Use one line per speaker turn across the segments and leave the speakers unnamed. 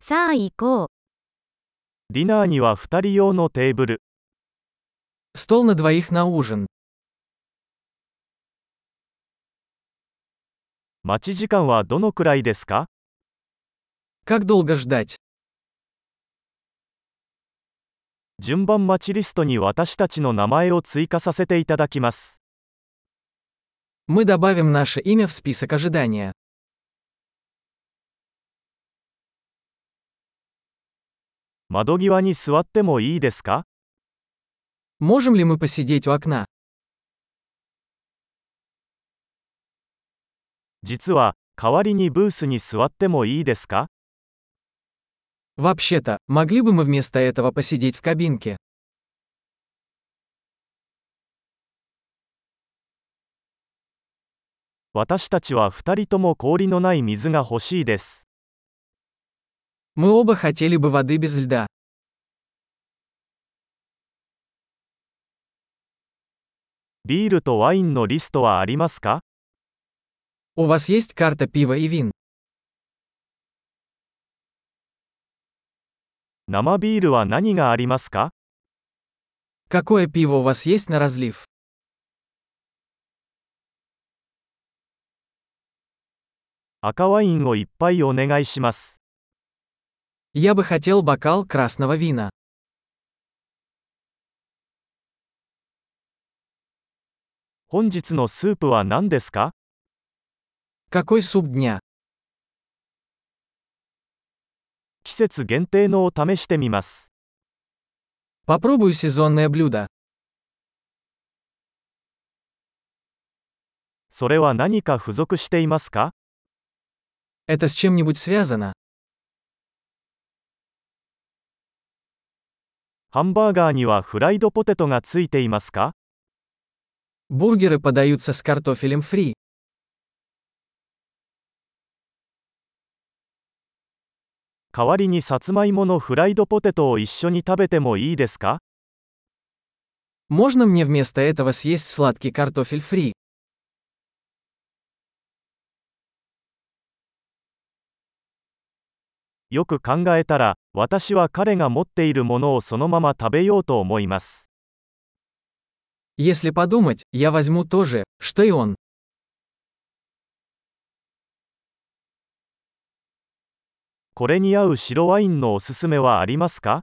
さあ行こう。
ディナーには2人用のテーブル
Стол на двоих на ужин.
待ち時間はどのくらいですか
Как долго ждать?
順番待ちリストに私たちの名前を追加させていただきます
Мы добавим наше имя в список ожидания.
窓際に座ってもいいですか
Можем ли мы посидеть у окна?
実は代わりにブースに座ってもいいですか
Вообще-то, могли бы мы вместо этого посидеть в кабинке?
私たちは2人とも氷のない水が欲しいです
Мы оба хотели бы воды без льда.
ビールとワインのリストはありますか
У вас есть карта пива и вин?
生ビールは何がありますか
Какое пиво у вас есть на разлив?
赤ワインをいっぱいお願いします
Я бы хотел бокал красного вина.
本日のスープは何ですか
Какой суп дня?
季節限定のを試してみます
Попробую сезонное блюдо.
それは何か付属していますか
Это с чем-нибудь связано?
ハンバーガーにはフライドポテトがついていますか
Бургеры подаются с картофелем фри.
代わりにさつまいものフライドポテトを一緒に食べてもいいですか
Можно мне вместо этого съесть сладкий картофель фри?
よく考えたら、私は彼が持っているものをそのまま食べようと思います。
Если подумать, я возьму то же, что и он.
これに合う白ワインのおすすめはありますか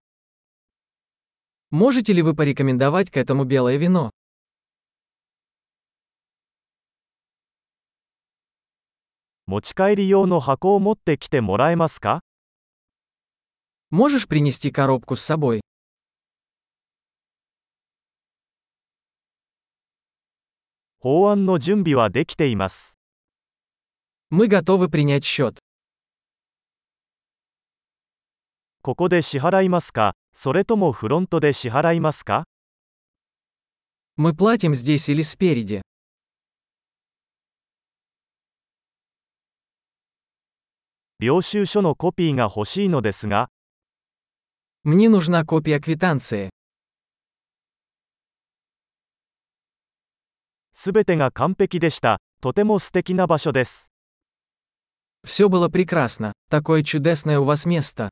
Можете ли вы порекомендовать к этому белое вино?
持ち帰り用の箱を持ってきてもらえますか
Можешь принести коробку с собой?
法案の準備はできています。
Мы готовы принять счет.
ここで支払いますかそれともフロントで支払いますか
Мы платим здесь или спереди.
領収書のコピーが欲しいのですが、
Мне нужна копия квитанции.
すべてが完璧でした。とても素敵な場所です。
Все было прекрасно. Такое чудесное у вас место.